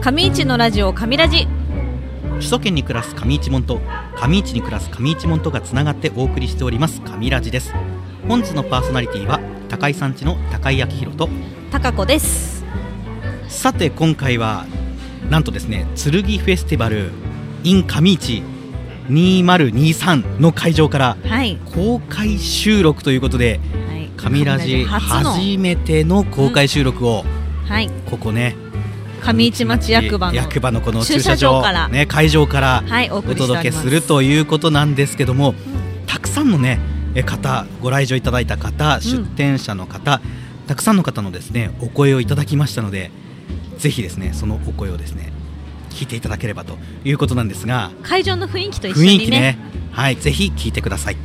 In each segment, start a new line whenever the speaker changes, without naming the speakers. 上市のラジオ上ラジ
首都圏に暮らす上一門と上市に暮らす上一門とがつながってお送りしております上ラジです本日のパーソナリティは高井さんちの高井明宏と
高子です
さて今回はなんとですね剣フェスティバル in 上市2023の会場から
はい、
公開収録ということで
はい、
上ラジ
初の
初めての公開収録を
はい
ここね
上市町役場の
役場のこの
駐
駐
車
車
場
場
から
ね会場から
はいお送
お
りしてお
届
り
け
ます
するということなんですけども、たくさんのねえ方ご来場いただいた方、出店者の方たくさんの方のですねお声をいただきましたのでぜひですねそのお声をですね聞いていただければということなんですが
会場の雰囲気と一緒
雰囲
に
気
ね
ねはいぜひ聞いてください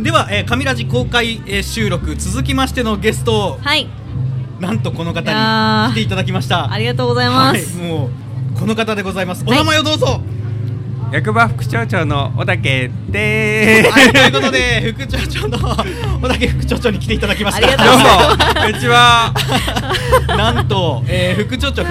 では、えー、神ラジ公開、えー収録続きましてのゲスト
はい
なんとこの方に
いやー
来ていただきました
あ
り
りがとうございます、
はい、もうこの方でございますお
はい
名前をどうぞ、
役場副町長の小竹 でーす。
はい、ということで副町長の小竹副町長に来ていただきました
ありが
どうも、こんにちは。
なんと、えー副町長普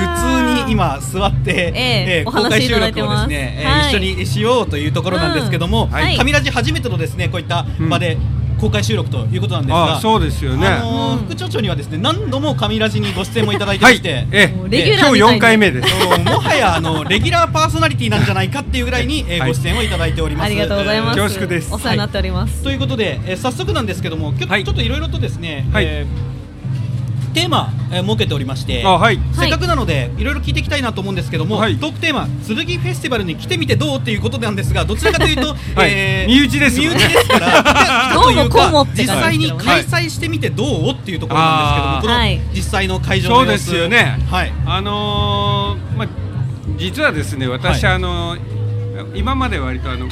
通に今座って、
ええお
公
話
開
しい
収
ただい
録
て
をで
ます
すね、えー
はい
一緒にしようというところなんですけども、
うん
は
はい
い、神ラジ初めてのですねこういった場で公開収録ということなんですが、
あ、そうですよね。
あのー
うん
副町長にはですね何度も神ラジにご出演もいただいてま
は
し
い
て、、
え
もう、レギュラーみた
今日
いに
四回目です。
あのもはやあのレギュラーパーソナリティなんじゃないかっていうぐらいに、えー
はい
ご出演をいただいております。
ありがとうございます
えー
恐縮です
お世話になっております、
ということで、えー早速なんですけども、きょ
はい
ちょっといろいろとですね、
はい
えーテーマ、えー設けておりまして、
あ、はい。
せっかくなのでいろいろ聞いていきたいなと思うんですけども、
はい
トークテーマ「剣フェスティバルに来てみてどう?」っていうことなんですがどちらかというと、
はい身内です
身
もん
内
ね
です から来たという
どうもこうも
か
って
実
感
際
じで
に
すけどね
開催してみてどうっていうところなんですけども、
はい
この実際の会場の
そう
様
で
子
すよね。
はい、
あのー、まあ、実はですね、私、
はい
あのー、今まで割とあの。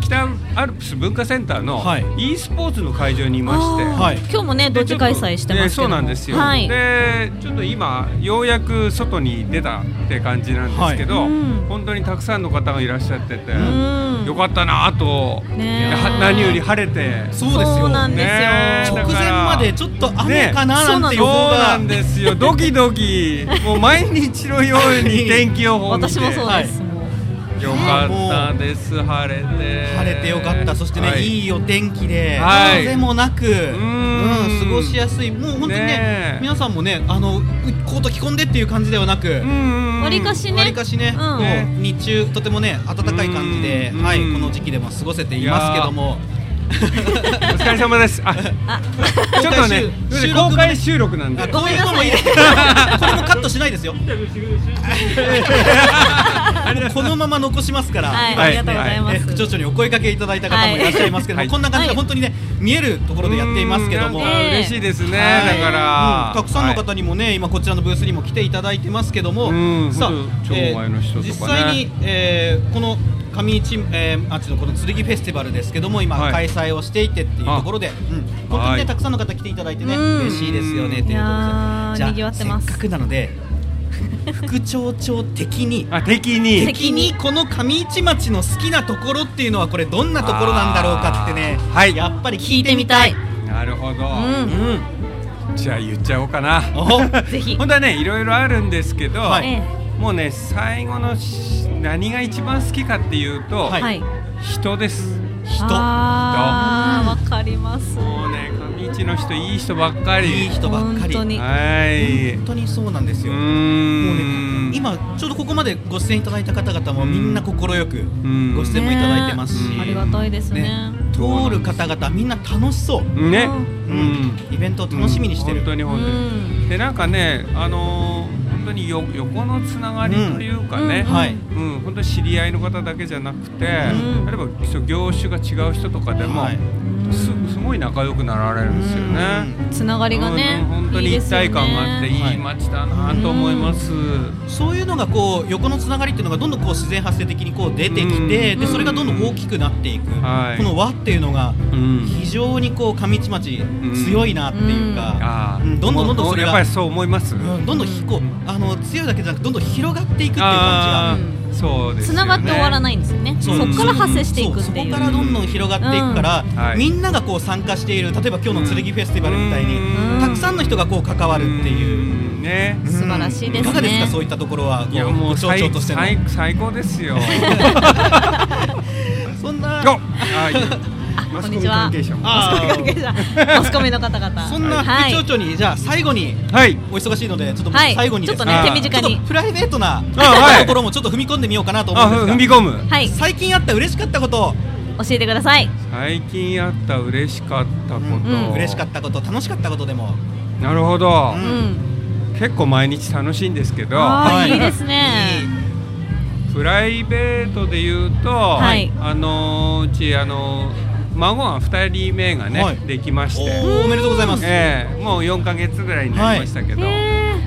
北アルプス文化センターの
はい
e スポーツの会場にいまして、
あー
はい
今日もね同時開催してますけども
えーそうなんですよ、
はい、
でちょっと今ようやく外に出たって感じなんですけど、
はいうん
本当にたくさんの方がいらっしゃってて、
ん
よかったなあと、
ねえ
は何より晴れて
そうですよ
そうなんですよ、
ねえ
直前までちょっと雨かななんて
そ
予
う
報が、
なんで すよドキドキもう毎日のように天気予報見て
私もそう
はい
です、もう
よかったです晴れて
晴れてよかった、そしてね、、
はい
いお天気で、
はい
風もなく、
ん
うん過ごしやすい、もう本当にね、
ねえ
皆さんもね、あのうコート着込んでっていう感じではなく、
うんうんうん
わりかしね
わりかしね、
うん
もう
ね
日中、とてもね、暖かい感じで、
うん
はい、
うん
この時期でも過ごせていますけども、
お疲れ様ですあ
あ
ちょっとね
公開収
公開収録なんで
あこういうのも いいこれもカットしないですよ、このまま残しますから。
はい、
はい
ありがとうございます、
え副長長にお声掛けいただいた方もいらっしゃいますけども、
はい
こんな感じで本当にね、見えるところでやっていますけども、
うんなんか嬉しいですね、だから、
うんたくさんの
はい
方にもね、今こちらのブースにも来ていただいてますけども、
うん
さあ
本当に町外の人とかね
実際に、えーこの上市、えー、あっちのこの剣フェスティバルですけども今、
はい
開催をしていてっていうところで、うん本当にね、
はい
たくさんの方来ていただいてね、
うん
嬉しいですよねということで
いやー
じゃあ
賑わってます
せっかくなので副町長的 に
あ敵に
的にこの上市町の好きなところっていうのはこれどんなところなんだろうかってね、
あーはい
やっぱり聞
聞
い
い
て
て
み
み
た
た
い
い。
なる
うん
ほど、
うん
じゃあ言っちゃおうかな
お
ぜひ
本当はねいろいろあるんですけど、
は
ええ
もうね最後のし何が一番好きかっていうと、
はい
はい
人です
人
あーわかります
もうね上市の人いい人ばっかり
いい人ばっか
本
り
当に
はい
本当にそうなんです
う
よ、
ー
もうね
ん
今ちょうどここまでご出演いただいた方々も
うん
みんな快く
ん
ご出演もいただいてますし、
ね
ありがたいですね
ね通る方々みんな楽しそう、
ね
う
うんイベントを楽しみにしてる、
本当に
う
本当に、
ん
でなんかねあのー本当によ横のつながりというかね、
うん
はい
うん、本当に知り合いの方だけじゃなくて、
ん
例えばそう業種が違う人とかでも、
はい
すすごい仲良くなられるんですよね。
つながりがね
うん本当
いい
に
です
一
よね
体感があっていい街だなと思います。
そういうのがこう横のつながりっていうのがどんどんこう自然発生的にこう出てきて、
う
で
ん
それがどんどん大きくなっていく、
はい
この輪っていうのが
うん
非常にこう上市町強いなっていうか、
あー
うんどんどんどんどんそれが
やっぱりそう思います。
うんどんどんひこうあの強いだけじゃなくどんどん広がっていくっていう
あ
感
ーそうです
つ
よね
ながって終わらないんですよね
じ
そ
が、
う
こから発生していくっ
そう
て
そ
い
こ
う
からどんどん広がっていくから、
うんはい
みんながこう参加している例えば今日の剣フェスティバルみたいに、
うん
たくさんの人がこう関わるっていう。
うんね
うん
素晴らしいですね
いかがですかそういったところはこ
いやもう
町長としての
最最最高です よよ
そんな
はいマスコミ関係者も
あ
マスコミ関係 者マスコミの方々
そんな
は
副
い
町長にじゃあ最後に
はい
お忙しいのでちょっともう
はい
最後にですね
ちょっと
ね手短に
ちょっとプライベートな
はい
ところもちょっと踏み込んでみようかなと思う
あ
んです
ふ
が
踏み込む
はい教
最近あった嬉しかったこと、
えてください
最近あった嬉しかったこと、
んう
嬉しかったこと楽しかったことでも
なるほど
う
うん
ん
結構毎日楽しいんですけど
あ
は
あ
い
いいですね
プライベートで言うと、
はい
あのうちあの孫が2人目がね、
はい
できまし
お
て、
ーおめでとうございます、
ええもう4か月ぐらいになりましたけど、はい
へ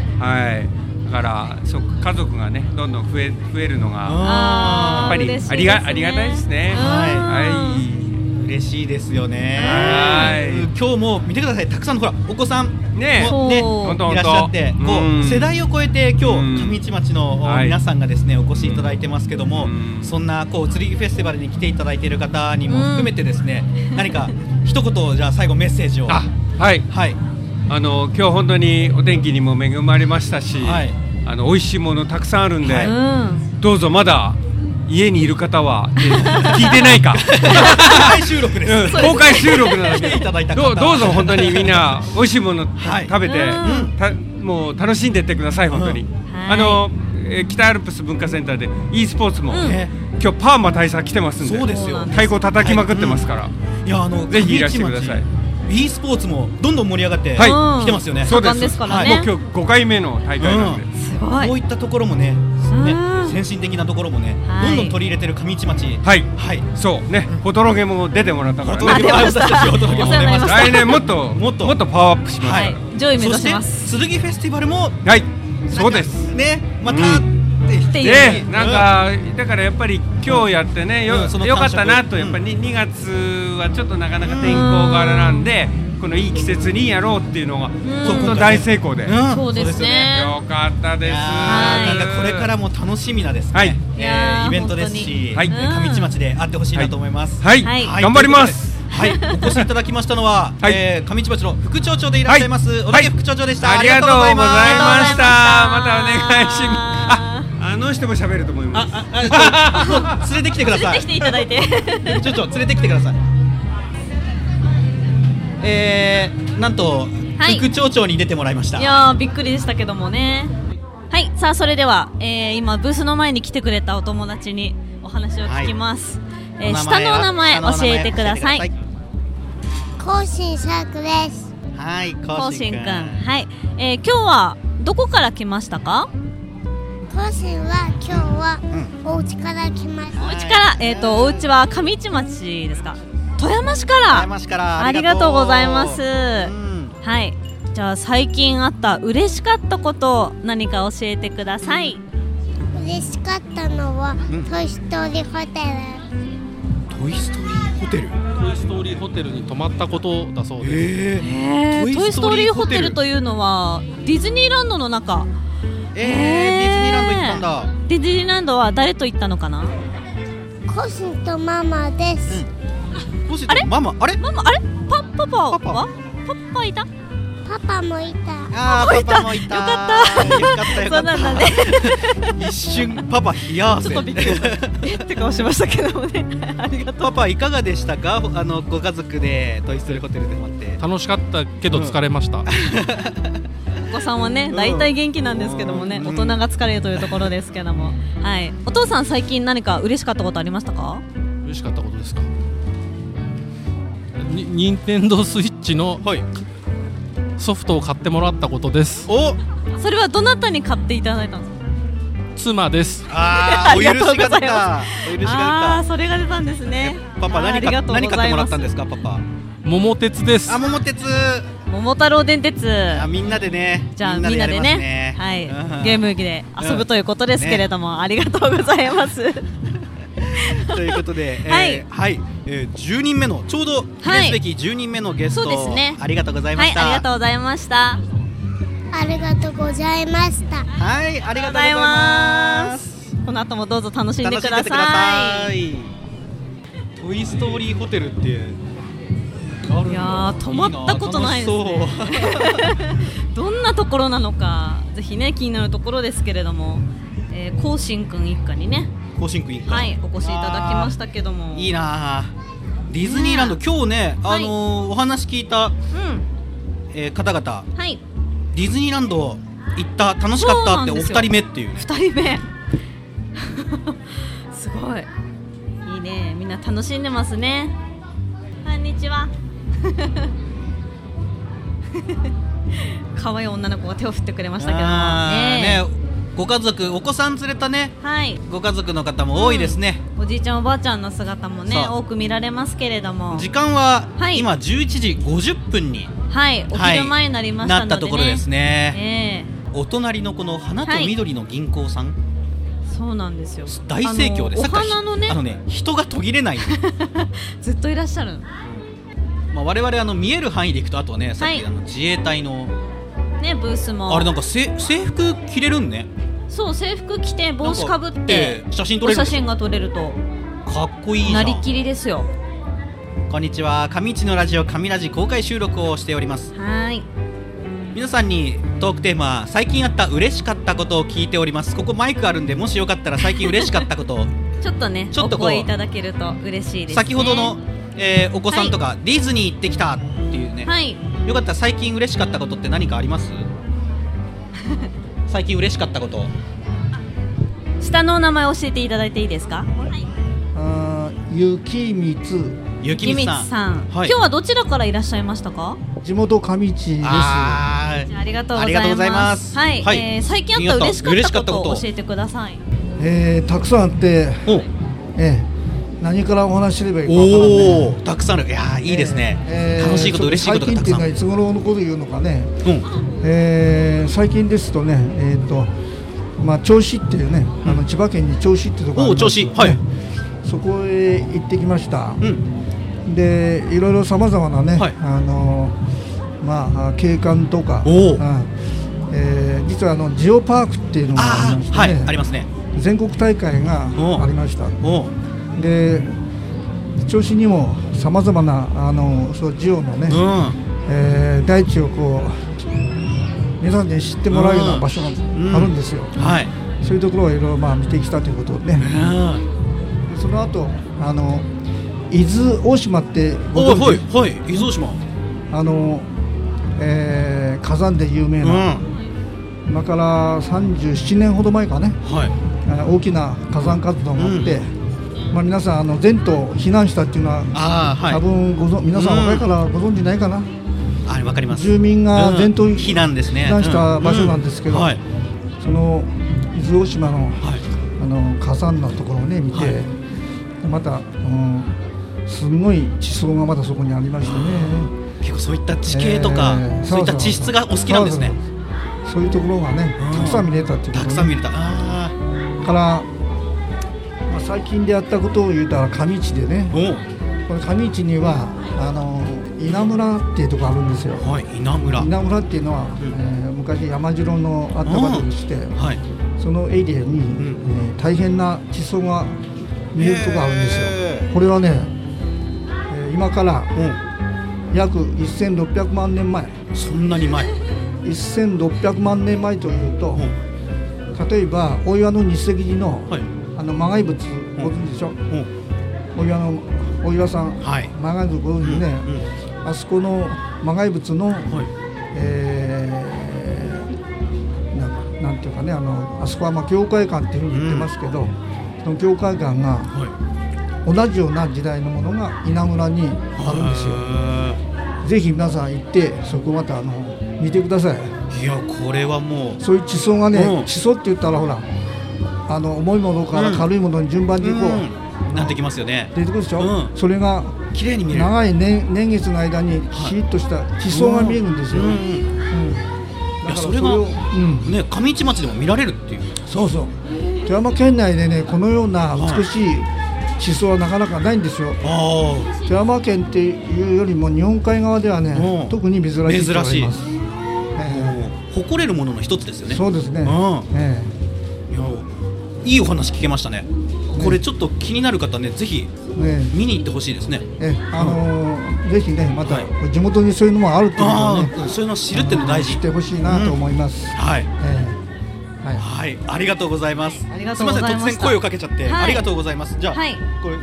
ー
だからそ家族がねどんどん増え増えるのがやっ
あ
ぱ
ー
り
嬉しい
ありがありがたいですね。
はい
は
嬉しいですよね
はい
うん今日も見てくださいたくさんのほらお子さん
い、ね
そう
ね
ほ
んとほん
い
と
らっしゃってこ
うん
う世代を超えて今
うん
日上市町の
はい
皆さんがですねお越しいただいてますけども
うん
そんなこう釣りフェスティバルに来ていただいている方にも含めてですね何か一言じゃあ最後メッセージを
あ
は
はい
い
あの今日本当にお天気にも恵まれましたし、
はい
あの美味しいものたくさんあるんで、
はい
うん
どうぞまだ家にいる方は、えー聞い てないか、
大収録です
うん公開収録なの
来て
で
いただいた
ど
方
うどうぞ本当にみんな美味しいもの、
はい
食べて、
うん
たもう楽しんでってください本当に、
うん
はい
あの、えー北アルプス文化センターで e スポーツも、
うん
ね
今日パーマ大佐来てますんで
そうですよ
そうなん
太鼓叩きまくってますから、
いやあの
ぜひいらしてください
e スポーツもどんどん盛り上がって
はい
来てますよね
そう
盛んですから
は
ね
い
今日5回目の大会なんで、
うん
すご
こう
い
いったところもねね先進的なところもね
はい
どんどん取り入れてる上市町
はい
はい
そうねホトロゲも出てもらった
お
から
届
ね
けもありましたしお届けもありました
来年もっと
もっと
もっとパワーアップします
は
はいい、
上位目
そ
指
して
します
剣フェスティバルも
そうです
ねまた、
う
って
っていう
でなんかだからやっぱり今日やってねよ,、
うんその
よかった
感
な
触
とやっぱり2月はちょっとなかなか天候柄なんでこのいい季節にやろうっていうのが
そう
本当大成功で、
うん
よ
そうですね
かったです
あー
はい
なんかこれからも楽しみなですね、
はい
い
え
や
ー
ー
イベントですし、
本当に
はい
上市町で会ってほしいなと思います、
はい、
はい
頑張ります
はい、お越しいただきましたのは、
はい
えー上市町の副町長でいらっしゃいます、小
は
田
い
家副町長でした、
ありがとうございま
ありがとうございましたた
しまたお願いし ますああの人も喋ると思います
ああああちょっと連れてきてくだ
連
さ
れ
い
てきていただいて
ちょちょ連れてきてください。えー、なんと、
はい
副町長に出てもらいました。
いやーびっくりでしたけどもねはいさあそれでは、えー、今ブースの前に来てくれたお友達にお話を聞きます、えー、
お名
下
前
の
は
お名前教えてください。
更新サークです。
はい、
こ
コ
う
ウシ
し
ン
ん
く
く
ん。
んはい、えー、今日はどこから来ましたか
更新は今日はお家から来まし
お
た。
家から、えー、とお家は上市町ですか富山市から
富山市から
ありがとうございます
うん
はいじゃあ最近あった嬉しかったことを何か教えてください、
嬉しかったのは、トイストーリーホテル。
トイス
トイ・スト
トーリーホテル。
ーリーホテルに泊まったことだそうです、
えー
え
トイ
トイ・ストーリーホテルと
トイストーリーホテル
いうのはディズニーランドの中
えー、ディズニーランド行ったんだ。
ディズニーランドは誰と行ったのかな
更新とママです。
コウシン
あれ
とママ、あれ？
ママあれパパパは
パパ
パパいた
パパもいた。
あーパパもいた。
よかった
よかった。よか
そうなんだね
った。一瞬パパ冷や
ちょっ
汗
と。びっくりしたえって顔しましたけどもね ありがとう
パパいかがでしたか？あのご家族でトイストーリーホテルで泊まって。
楽しかったけど疲れました、
お子さんはね大体元気なんですけどもね
うん
大人が疲れるというところですけどもはいお父さん最近何か嬉しかったことありましたか
嬉しかったことですかに任天堂スイッチの
はい。
ソフトを買ってもらったことです
お。
それはどなたに買っていただいたんですか
妻です
あ
あ
ーお
りがと
許
うご
しが
ざ
出
いま
た。お許し
ああ
が
ーそれが出たんですね
出た。パパ
あーあ
何
りがと
か
うございます
何買ってもらったんですかパパ。
桃鉄です
あ桃鉄。
桃太郎電鉄
あみんなでね。
じゃあみんなでねはい、ゲーム機で遊ぶということですけれども、ありがとうございます
ム。ということで
はい
えーはいえー10人目のちょうど記
はい
念すべき10人目のゲスト
そうですね
ありがとうございま
はい
し
ありがと
た。
うございました
ありがとうございました。
はいありがとうございます。
この後もどうぞ楽しん
楽
で
しんで
く
く
だ
だ
さい
さい。トイストーリーホテルって
いやー泊まったことないですね どんなところなのかぜひね気になるところですけれども、えー、甲信くん一家にね
行進区いいか
はいお越しいただきましたけども
いいなあディズニーランド、今日ね、あ
はい
のーお話聞いた、
うん
えー方々
はい
ディズニーランド行った楽しかった
そうな
って
ん
お
ですよ
二人目っていうね
二人目 すごいいいねみんな楽しんでますねこんにちは可愛い女の子が手を振ってくれましたけども
あ
ね
ーねご家族お子さん連れたね
はい
ご家族の方も多いですね、
おじいちゃんおばあちゃんの姿もね
そう
多く見られますけれども
時間は
はい
今11時50分に
はいお
はい
昼前になりました
な
ので、ね
ったところですね、
え
お隣のこの花と緑の銀行さん、
えそうなんですよ
大盛況で
あのお
さっきから
花のね
あのね人が途 切れない、
ずっといらっしゃる
まあ、我々あの見える範囲でいくとあとはねさっ
はい
きあの自衛隊の、
ねブースも
あれなんかせ制服着れるんね
そう制服着て帽子かぶっ
え
て
え写真撮
お
れる
写真が撮れると
かっこいいじゃ
なんりきりですよ
こんにちは上市のラジオ上ラジ公開収録をしております
はい
皆さんにトークテーマ最近あった嬉しかったことを聞いておりますここマイクあるんでもしよかったら最近嬉しかったことを
ちょっとね
ちょっと
お
こう
声いただけると嬉しいです、ね、
先ほどの、えーお子さんとか、ディズニー行ってきたっていうね、
はい
よかったら最近嬉しかったことって何かあ ります最近嬉しかったこと
下のお名前教えていただいていいですか
あー雪光
ゆきみさん
木光さん、
はい、
今日はどちらからいらっしゃいましたか
地元上市です
あー
じゃあありがとうござ
ありがとう
い
ございま
ますすはい、
はい
えー最近あった嬉しかったことを
嬉しかったこと
教えてください
えーたくさんあって、
お
えー何からお話しすればいいかわからんね
おーたくさんあるいやーいいですね、
えー
楽しいこと嬉しいことがたく
ちょ
さ
っ
ん、う
最近っていうのはいつ頃のこと言うのかね、
ん、
えー最近ですとねえーとまあ銚子っていうね、あの千葉県に銚子ってとこあります
おう銚子はい
そこへ行ってきました、
うん
でいろいろさまざまなね、
はい
あのまあ景観とか、
おお
うんえー実はあのジオパークっていうのがあり
あ
ま
ー
して
はい
ね、
ありますね
全国大会がありました
おう
で調子にもさまざまなあのそうジオのね、
う
えー大地をこう皆さんに知ってもらうような場所が
ん
あるんですよ、
んはい
そういうところをいろいろまあ見てきたということでね
うん
その後あの伊豆大島ってご
おいは
存
い
知
はい伊豆大島
あの、えー火山で有名
うん
な、今から37年ほど前かね
はい
えー大きな火山活動があって、まあ、皆さんあの全島避難したっていうのは
ああ
多
はい
分ご存皆さん
うん
若いからご存知ないかな、
あれわかります
住民が全島
うん避難ですね
避難した場所なんですけど
うはい
その伊豆大島の
はい
あの火山のところをね見て、
はい
でまた、うん、すごい地層がまだそこにありましてね
結構そういった地形とか
えー
そういった地質がお好きなんですね
そうそうそうそういうところがね
うん
たくさん見れたっていう
た
こと、ね、
くさん見れたあー
から、まあ、最近でやったことを言うたら上市でね
おう
この上市にはあの稲村っていうところあるんですよ
はい稲村
稲村っていうのは、
ん
えー昔山城のあった場所でして
はい
そのエリアに、
ん
えー大変な地層が見えるところがあるんですよ、
へ
これはね、えー今から
う
約1600万年前
んそんなに前
1600万年前というと
うん
例えば大岩の日石寺の,、
はい
あの磨崖仏ご存知でしょ
うん
大岩の大岩さん
はい
磨崖仏ご存知ね、
うんうん
あそこの磨崖仏の、
はい
えーななんていうかねあのあそこはまあ教会館っていうふうに言ってますけど、その教会館が
は
同じような時代のものが稲村に
い
あるんですよ。
へー
ぜひ皆さん行ってそこまたあの見てください
いやこれはもう
そういう地層がね、
うん
地層って言ったらほらあの重いものから
うん
軽いものに順番にこう、
うんなってきますよね
出てくるでしょ、
うん
それが
綺麗に見れる
長い年年月の間
は
に
い
ヒリッとした地層が見えるんですよ、
う
うん
う
ん
ん
だから
それが
をうん、
ね上市町でも見られるっていう
そうそう富山県内でねこのような美しい地層はなかなかないんですよ
あ
富山県っていうよりも日本海側ではね、
うん
特に珍しいと思いま
あ
す、ええ
誇れるものの一つですよね
そうですね、
うん
ええ
いやいいお話聞けましたねこれちょっと気になる方ねぜひ
ね
見に行ってほしいですね
えあのーぜひねまた
はい
地元にそういうのもあるっていうのを
あ
ね
あそういうの知るっての大
知
事
ってほしいなと思います、
はい
ええはい
はいありがとうございます
ありがとうございました
すみません突然声をかけちゃって、
はい
ありがとうございますじゃあ、
はい
これ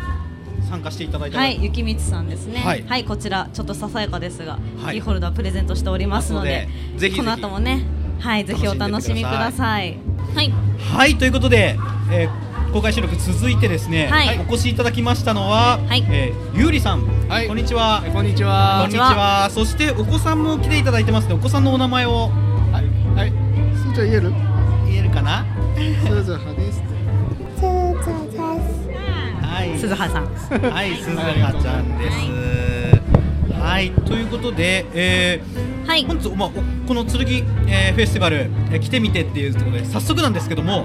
参加していただいたら
はい、雪光さんですね。
は
はいい、こちらちょっとささやかですが、
はい
キーホルダープレゼントしておりますので
なの、でぜひぜひ
この後もね、はい、ぜひお楽しみください。はい、
はいということで、えー公開収録続いてですね、
はい
お越しいただきましたのは、
はい
えーゆうりさん、
はい
こんにちは
こんにちは。
こんにちはそしてお子さんも来ていただいてますねお子さんのお名前を
はい。はい。すーちゃん言える？
言えるかな
すーちゃん派です。
すーちゃんです
はい
鈴葉さん。
はい鈴葉ちゃんですはい、ということで、えー
はい
本日、まあ、おこの剣、えーフェスティバル、えー来てみてっていうところで早速なんですけども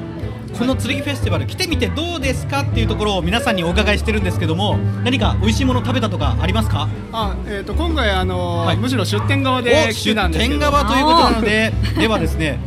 この剣フェスティバル来てみてどうですかっていうところを皆さんにお伺いしてるんですけども何か美味しいもの食べたとかありますか
あ、えっ、と今回あのー
はい
むしろ出店側で
お
来
出
てたんですけ
店
ど。
側ということなのでではですね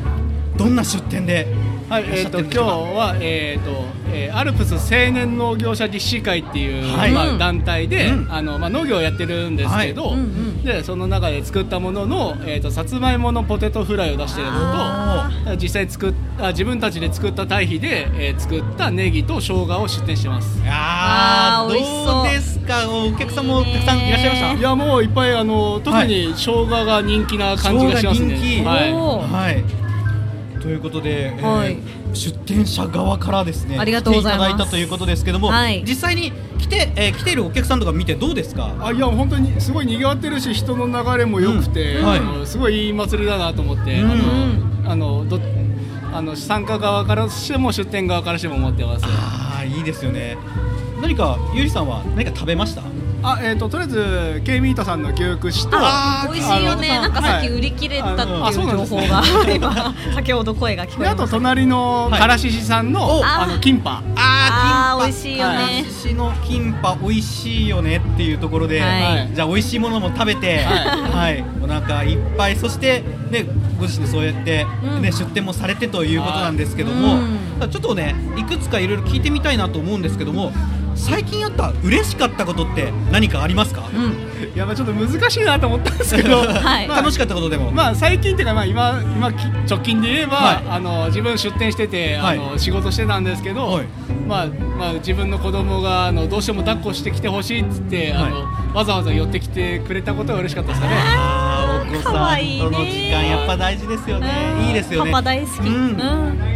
どんな出店で
はい、
いらっ
え
し
っ、
ゃって
と
るん
今
でし
日
ょうか
はえっ、と、えーアルプス青年農業者実施会っていう、
はい
ま
う
あ
ん
団体で、
うん
あのまあ農業をやってるんですけど、
うんうん
でその中で作ったもののえっ、とさつまいものポテトフライを出してるのと。
あ
実際作っあ自分たちで作った堆肥で、えー作ったネギと生姜を出店してます
あ
あー美味し
ど
そう
うですかお客さんもたくさんいらっしゃいました
いやもういっぱいあの特に生姜が人気な感じがしますね。
生姜人気
は
おー
はい。ということで、えー
はい
出店者側からですね、
ありがとうございます
来ていただいたということですけども、
はい
実際に来て、えー来ているお客さんとか見てどうですか。
い。あいや本当にすごい賑わってるし人の流れも良くて、
うんはい
あのすごいいい祭りだなと思って、
うん
あのあのどあの参加側からしても出店側からしても思ってます。
ああいいですよね。何かゆりさんは何か食べました。
あえっ、ととりあえずケイミートさんの牛串と
あ美味しいよね。な
あの
んかさっき
はい
売り切れたって
あそ
いうう
なん
情
です
報
ね
が、今先ほど声が聞こ
で
え
あ
ま
と
した。
隣のからししさんの、
はいお
あのキンパ。
あー美味しいよ
は
ね。
私のキンパ美味しいよねっていうところで、
はい
じゃあ美味しいものも食べて、はい、お腹いっぱいそしてねご自身でそうやって、
うん
ね出店もされてということなんですけども、
う
ちょっとねいくつかいろいろ聞いてみたいなと思うんですけども、最近あった嬉しかったことって何かありますか？
うん、
いやまあちょっと難しいなと思ったんですけど。
はい
楽しかったことでも、
まあ最近っていうかまあ今今き直近で言えば、
はい
あの自分出店してて、
はい
あの仕事してたんですけど、
はい
まあまあ自分の子供があのどうしても抱っこしてきてほしいっつって、
はい
あのわざわざ寄ってきてくれたことが嬉しかったですかね。
あーお子
か
さ
わ
ん
いいね
との時間やっぱ大事ですよね。いいですよね。
パパ大好き。
うん
うん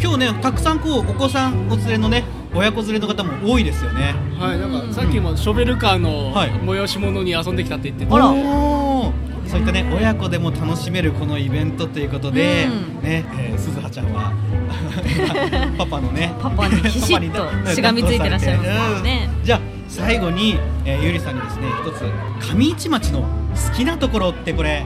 今日ねたくさんこうお子さんお連れのね親子連れの方も多いですよね。
はい、なんかさっきもショベルカーの
はい
催し物に遊んできたって言ってて、
あら
おーそういったね親子でも楽しめるこのイベントということで、
う
ね、えー、鈴葉ちゃんは パパのね
パパにきちっと
パパにね
しがみついてらっしゃいますからね
うんじゃあ最後に、えー、ゆりさんにですね一つ上市町の好きなところってこれ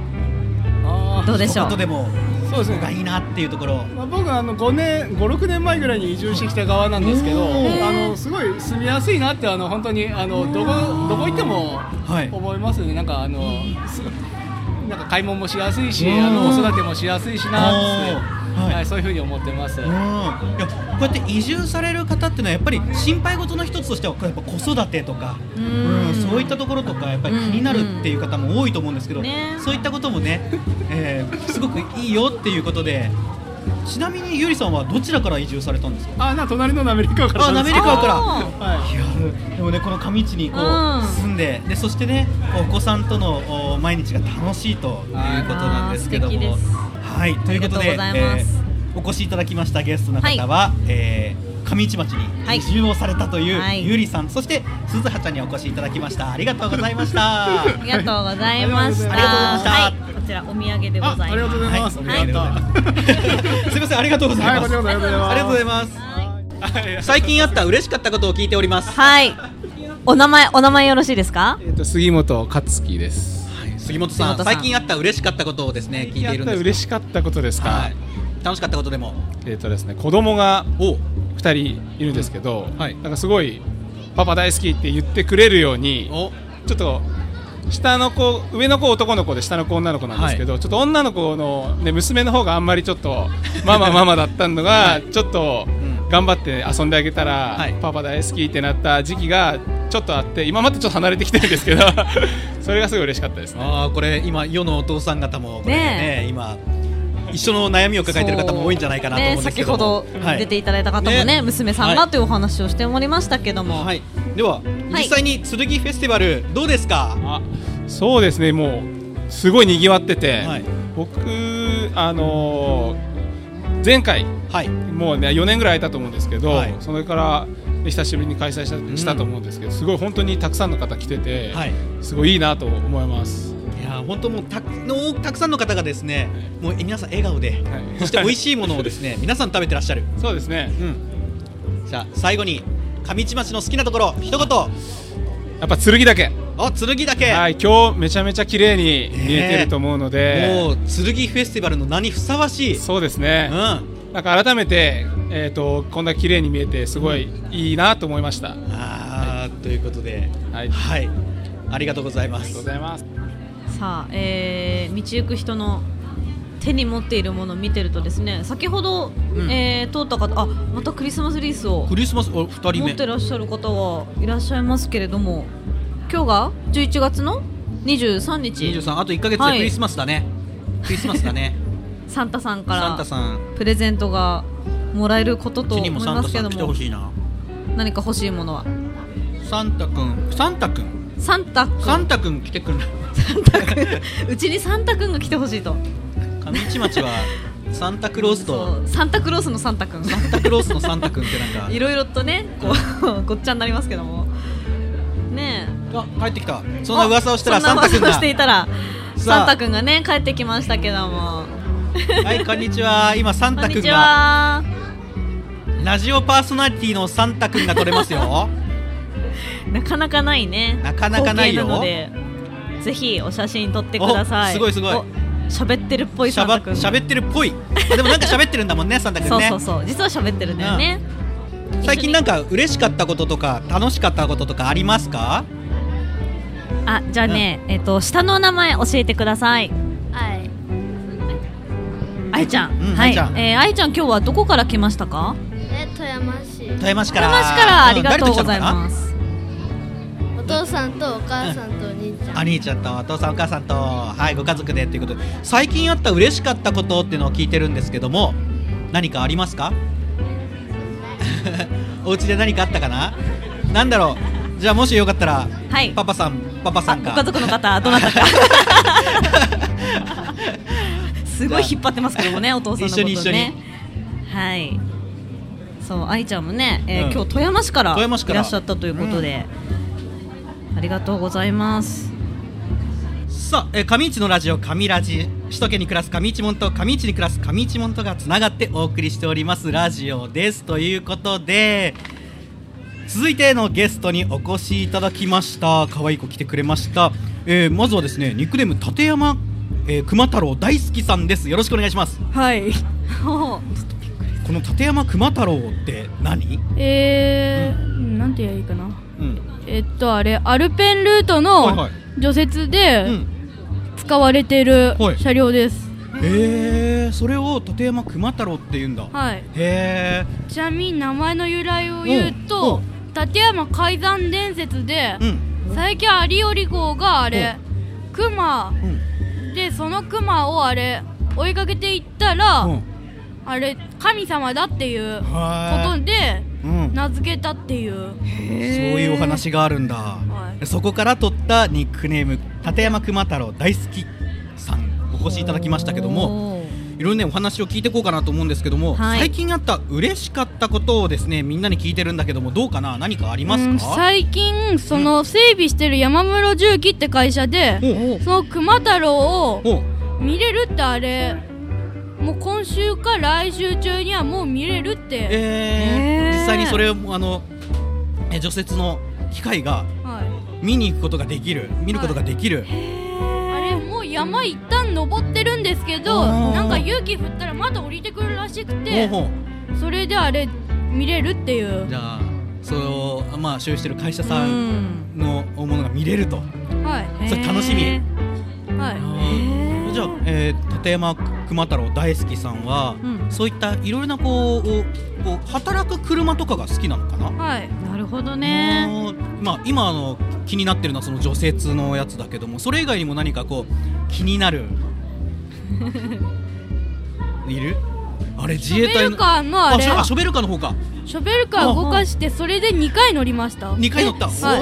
あ
どうでしょう
一言でも
ーそうです
ここが
ね。
いいなっていうところ
まあ、僕はあの5年5、6年前ぐらいに移住してきた側なんですけど、
お
ー
あのすごい住みやすいなってあの本当にあのどこどこ行っても
はい
思いますね、なんかあの、すなんか買い物もしやすいし、
うん
あの子育てもしやすいしなって、
おーはい
はい、そういうふうに思ってます。
うん、いやこうやって移住される方っていうのはやっぱり心配事の一つとしてはこうやっぱ子育てとか、
うん
うんそういったところとかやっぱり気になるっていう方も多いと思うんですけど、
うんね
そういったこともね、えーすごくいいよっていうことでちなみにゆりさんはどちらから移住されたんですか
あ、な隣のナメリカから
あ
なん
滑
で
ら
すけど
かから
あー
はい
いやでもねこの上市にこう、
うん
住んででそしてねお子さんとのお毎日が楽しいということなんですけど
あー素敵
も
です
はいということで
ありがとうございます
えーお越しいただきましたゲストの方は、えー上市町に
はい
移住をされたという、
はい
ゆりさんそして鈴葉ちゃんにお越しいただきましたありがとうござい ました。
ありがとうございました。
ありがとうございました
はい、こちらお土産でございま
あ
す。
ありがとうございます。
は
あ
い
りがと う
すみませんありがとうございます。
はいこちらこそありがとうございます
ありがとうございます。
はい
最近あった嬉しかったことを聞いております。
はい。お名前、お名前よろしいですか。
えっと杉本勝樹です。
杉本さ
杉本
ん
さん
最近あった嬉しかったことをですね聞いているんですけど。
嬉しかったことですか。
はい。楽しかったことでも。
えっとですね子供が
お。
二人いるんですけど、
んはい
なんかすごいパパ大好きって言ってくれるように
お。
ちょっと。下の子上の子男の子で下の子女の子なんですけど、ちょっと女の子の、ね、娘の方があんまりちょっとママママだったの が、ちょっと
ん
頑張って遊んであげたら、
はい
パパ大好きってなった時期がちょっとあって今までちょっと離れてきてるんです けどそれがすごい嬉しかったですね
ああこれ今世のお父さん方もこれね今一緒の悩みを抱えてる方も多いんじゃないかなと
ね
思うんです
先
け
ほ
ども
ど出ていただいた方もね
ね
娘さんがというお話をしておりましたけども、
はい、では、実際に剣フェスティバルどうですか、
あそうですねもうすごいにぎわってて、
はい
僕あのー前回
はい、
もうね4年ぐらい空いたと思うんですけど、
はい
それから久しぶりに開催したしたと思うんですけど、すごい本当にたくさんの方来てて、
はい、
すごいいいなと思います。
いやー本当もうたのたくさんの方がですねもうえ皆さん笑顔で、
はい
そして美味しいものをです ね皆さん食べてらっしゃる、
そうですね。
じゃあ最後に上市町の好きなところ一言
やっぱ剣だけ。
あ剣だけ、
はい、今日めちゃめちゃ綺麗に見えてると思うの
も
で、
う剣フェスティバルの名にふさわしい、
そうですね。
うん
なんか改めて、えっ、とこんな綺麗に見えてすごいいいなと思いました。はい、
あーということで
あ
は
りがと
いありがとうございま
うご
す
ざいます。
さあ、えー道行く人の手に持っているものを見てるとですね先ほど、
うん
えー通った方あまたクリスマスリースを
クリスマスお二人
持
目
ってらっしゃる方がいらっしゃいますけれども今日が11月の23日
23あと1か月
は
で
い
クリスマスだね、クリスマス だね
サンタさんか
サンタ
ら
さん
プレゼントがもらえること
う
と
ち
思
に
い
もサン
ま
タ
すけ
さ
ど
ん来て
も
ほしいな
何か欲しいものは
サンタくんサンタくん
サンタくん
サンタくん来てくんな
うちにサンタくんが来てほしいと
上市町 はサンタクロースと
そうサンタクロースのサンタくん
サンタクロースのサンタくんってなん
いろいろとねこうごっちゃになりますけどもねえ
かあ帰ってきたそんな噂をしたら
そ
サ
ん
ン
な
タくん
噂を
が
していたら
さあ
サンタくんがね帰ってきましたけども
はいこんにちは今サン
こん
タく
に
ん
ち
が
は
ラジオパーソナリティのサンタくんが取れますよ
なかなかないね
なかなかないよ
光景なのでぜひお写真撮ってください
おすごいすごい
お喋ってるっぽい
し
サ
ゃ
ン
ば
タくん
喋ってるっぽいあでもなんか喋ってるんだ もんねサンタくん
そう
ね
そうそう実は喋ってるんだよね、
最
一
近
緒
なんか嬉しかったこととか楽しかったこととかありますか
にあじゃあね、えっ、と下のお名前教えてください
はい。
あいちゃん、
うん
は
あいちゃん
えーあいちゃん今日はどこから来ましたか
え、富山市。
富山市か
富
ら
山市からあり
ん
がとう
誰来た
ご
のか
ざい
な
ます、
お父さんとお母さんとお兄ちゃん。
お兄ちゃんとお父さんお母さんと、はい、ご家族でということで最近あった嬉しかったことっていうのを聞いてるんですけども何かありますか お家で何かあったかななんだろうじゃあもしよかったら、
はい
パパさんパパさ
あ
ん
ご
か
家族の方どなたか すごい引っ張ってますけどもねお父さんのことね
一緒に
はいそう愛ちゃんもね、えー
うん
今日富山市から
富山市か
い
ら
らっしゃったということで、ありがとうございます
さあ、えー上市のラジオ上ラジ首都圏に暮らす上市門と上市に暮らす上市門とがつながってお送りしておりますラジオですということで続いてのゲストにお越しいただきました可愛い子来てくれました、えーまずはですねニックネーム立山、えー熊太郎大好きさんですよろしくお願いします
はい
この立山熊太郎って何、
えー、なんて言えばいいかな
うん
えっとあれアルペンルート
はいは
の
い
除雪
う
で
ん、
使われている
はい
車両です
えー、それを立山熊太郎って言うんだ、
はい
へ
ちなみに名前の由来を言うと立山海山伝説で
えうん
最近有織号があれ熊
うん
でその熊をあれ追いかけていったら
うん
あれ神様だっていうこ
は
とで
いうん
名付けたっていう
そういうお話があるんだ、
い
そこから取ったニックネーム立山熊太郎大好きさんお越しいただきましたけども
おー
いろいろねお話を聞いていこうかなと思うんですけども、
はい
最近あった嬉しかったことをですねみんなに聞いてるんだけどもどうかな何かあります
うん
か、
最近その整備してる山室重機って会社で
おう
その熊太郎を
おう
見れるってあれもう今週か来週中にはもう見れるって、
えー
えー
実際にそれをあのえ除雪の機械が
はい、
見に行くことができる見ることができる、
あれもう山一旦登ってるんですけど
おー
なんか勇気振ったらまだ降りてくるらしくて
おうおう
それであれ見れるっていう
じゃあそれをまあ所有してる会社
う
さん
ん
のものが見れると、
はい
それ楽しみ、
へー
はい
じゃあ、えー立山熊太郎大好きさんは、
うん
そういったいろいろなこうこう働く車とかが好きなのかな
はい
なるほどね
あーまあ、今あの気になってるのはその除雪のやつだけどもそれ以外にも何かこう気に なるいるあれ
シ
自
ョ
衛
ベ
隊
ル
の
カーのあ
あ
れ
シ
シ
ョあシ
ョ
ョベルカーの方か
ベルカー動かしてそれで2回乗りました
2回乗った、
はい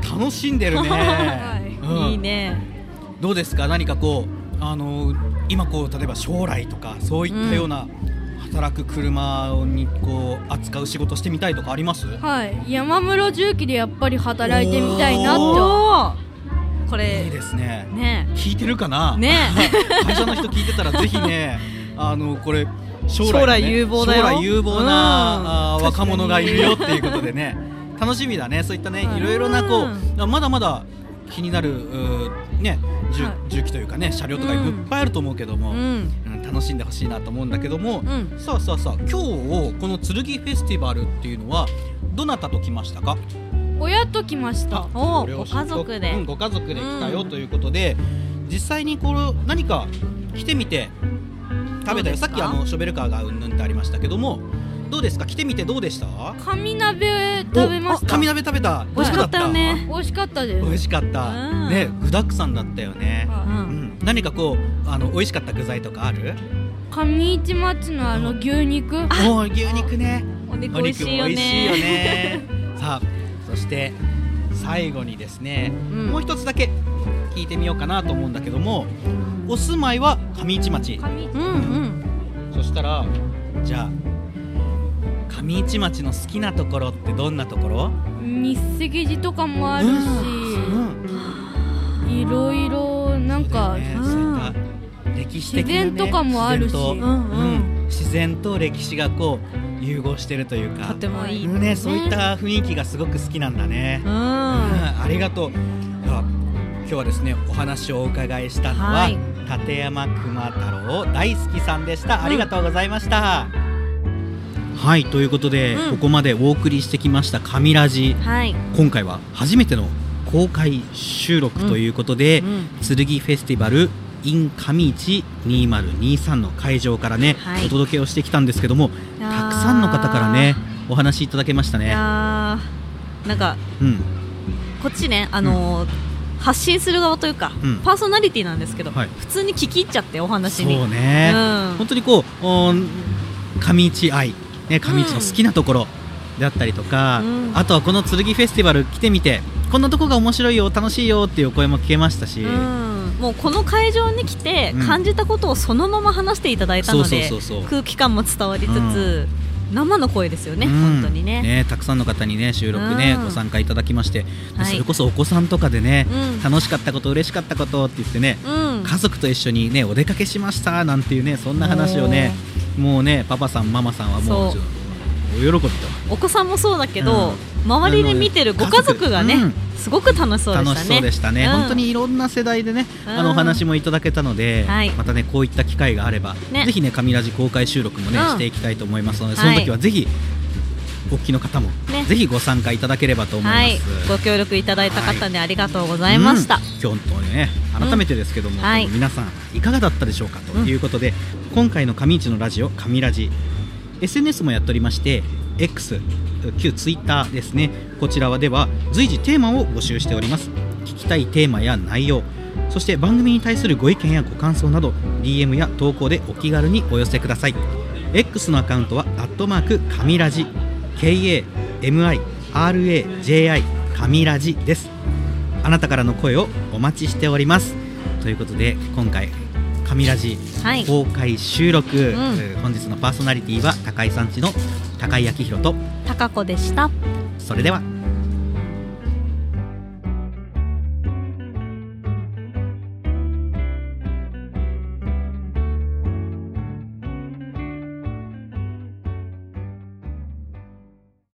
おー楽しんでるね、うん
いいね
どうですか何かこうあの今こう例えば将来とかそういったような働く車にこう扱う仕事してみたいとかあります、
はい山室重機でやっぱり働いてみたいなって思う
おーこ
いい
れ
ですね
ね
聞いてるかな、
ね
会社の人聞いてたらぜひ ねあのこれ将来,、
将来有望だよ
将来有望
うん
な、あー若者がいるよっていうことでね楽しみだねそういったね
うん
いろいろなこうまだまだ気になるうーね重
はい
重機というかね車両とかいっ
うん
ぱいあると思うけども、
うん
うん楽しんでほしいなと思うんだけども、
ん
さあさあさあ今日この剣フェスティバルっていうのはどなたと来ましたか
親と来ました
お
ご
ーご
両親
家
と
族で
うんご家族で来たよ
うん
ということで、実際にこの何か来てみて食べ
どうで
たよ
す
さ
か
っきあのショベルカーがうんぬんってありましたけどもどうですか来てみてどうでした
紙鍋食べまし
おあ
た
紙
美
鍋食べた
美味しかったよね
味しかったで
美
す
味しかった、
うん
ね具だくさんだったよね、
う
は
うんん、何かこうあの美味しかった具材とかある
い上市町のあの牛肉
おー牛肉ね
お肉
お
美味しい
肉も
よ
美味しいよ
ね
ね さあそして最後にですね、
ん
もう一つだけ聞いてみようかなと思うんだけどもお住まいは上市町
上市
うんうん
そしたらじゃあ上市町の好きなところってどんなところ
日赤寺とかもあるしいろいろなん
そうだよ
か
ね
うん
そういった歴史的な、ね、
自然とかもあるし
う
自然と
んうん
うん自然と歴史がこう融合してるというか
とてもいい
ねそういった雰囲気がすごく好きなんだね
う
うん
ん
ありがとう。では今日はですねお話をお伺いしたのは、
はい
立山熊太郎大好きさんでした。ありがとうございました。はいということで、
うん
ここまでお送りしてきました神ラジ
はい
今回は初めての公開収録ということで、
うん
剣フェスティバル in 上市2023の会場からね、
はい
お届けをしてきたんですけども
たく
たくさんの方からねお話いただけました
い
ね。
やーなんか
うん
こっちね、あのー発信する側というか、
うん
パーソナリティなんですけど、
はい
普通に聞き入っちゃってお話
そう
に。
ね、
うん
本当にこうおー上市愛、ね、上市の好きなところであったりとか、
うん
あとはこの剣フェスティバル来てみてこんなとこが面白いよ楽しいよっていうお声も聞けましたし、
うんもうこの会場に来て
うん
感じたことをそのまま話していただいた
そ
の
うそう
で
そうそう、
空気感も伝わりつつ、生の声ですよね、
うん
本当にね
たくさんの方にね収録ね、
うん
ご参加いただきまして、で
はい
それこそお子さんとかでね、
うん
楽しかったこと嬉しかったことって言ってね、
うん
家族と一緒にねお出かけしましたなんていうねそんな話をねもうねパパさんママさんはもう
そう
お喜びと。
お子さんもそうだけど、
うん
周りで見てるご家族がね、
うん
すごく楽しそうでしたね
楽しそうでしたね、
うん
本当にいろんな世代でね、
うん
あのお話もいただけたので、
はい
またねこういった機会があれば、
ね
ぜひね神ラジ公開収録もね、
うん
していきたいと思いますので
は
その
い
時はぜひ、お聞きの方も、
ね
ぜひご参加いただければと思います。
はい、ご協力いただいた方でありがとうございました、
うん今日のね改めてですけども、
うんはい
皆さんいかがだったでしょうかということで、今回の上市のラジオ上ラジ SNS もやっておりまして X 旧ツイッターですねこちらはでは随時テーマを募集しております聞きたいテーマや内容そして番組に対するご意見やご感想など DM や投稿でお気軽にお寄せください X のアカウントは「アットマーク神ラジ」KAMIRAJI 神ラジですあなたからの声をお待ちしておりますということで今回神ラジ
はい
公開収録、え
ん
ー本日のパーソナリティは高井さんちの高井明宏と
高子でした
それでは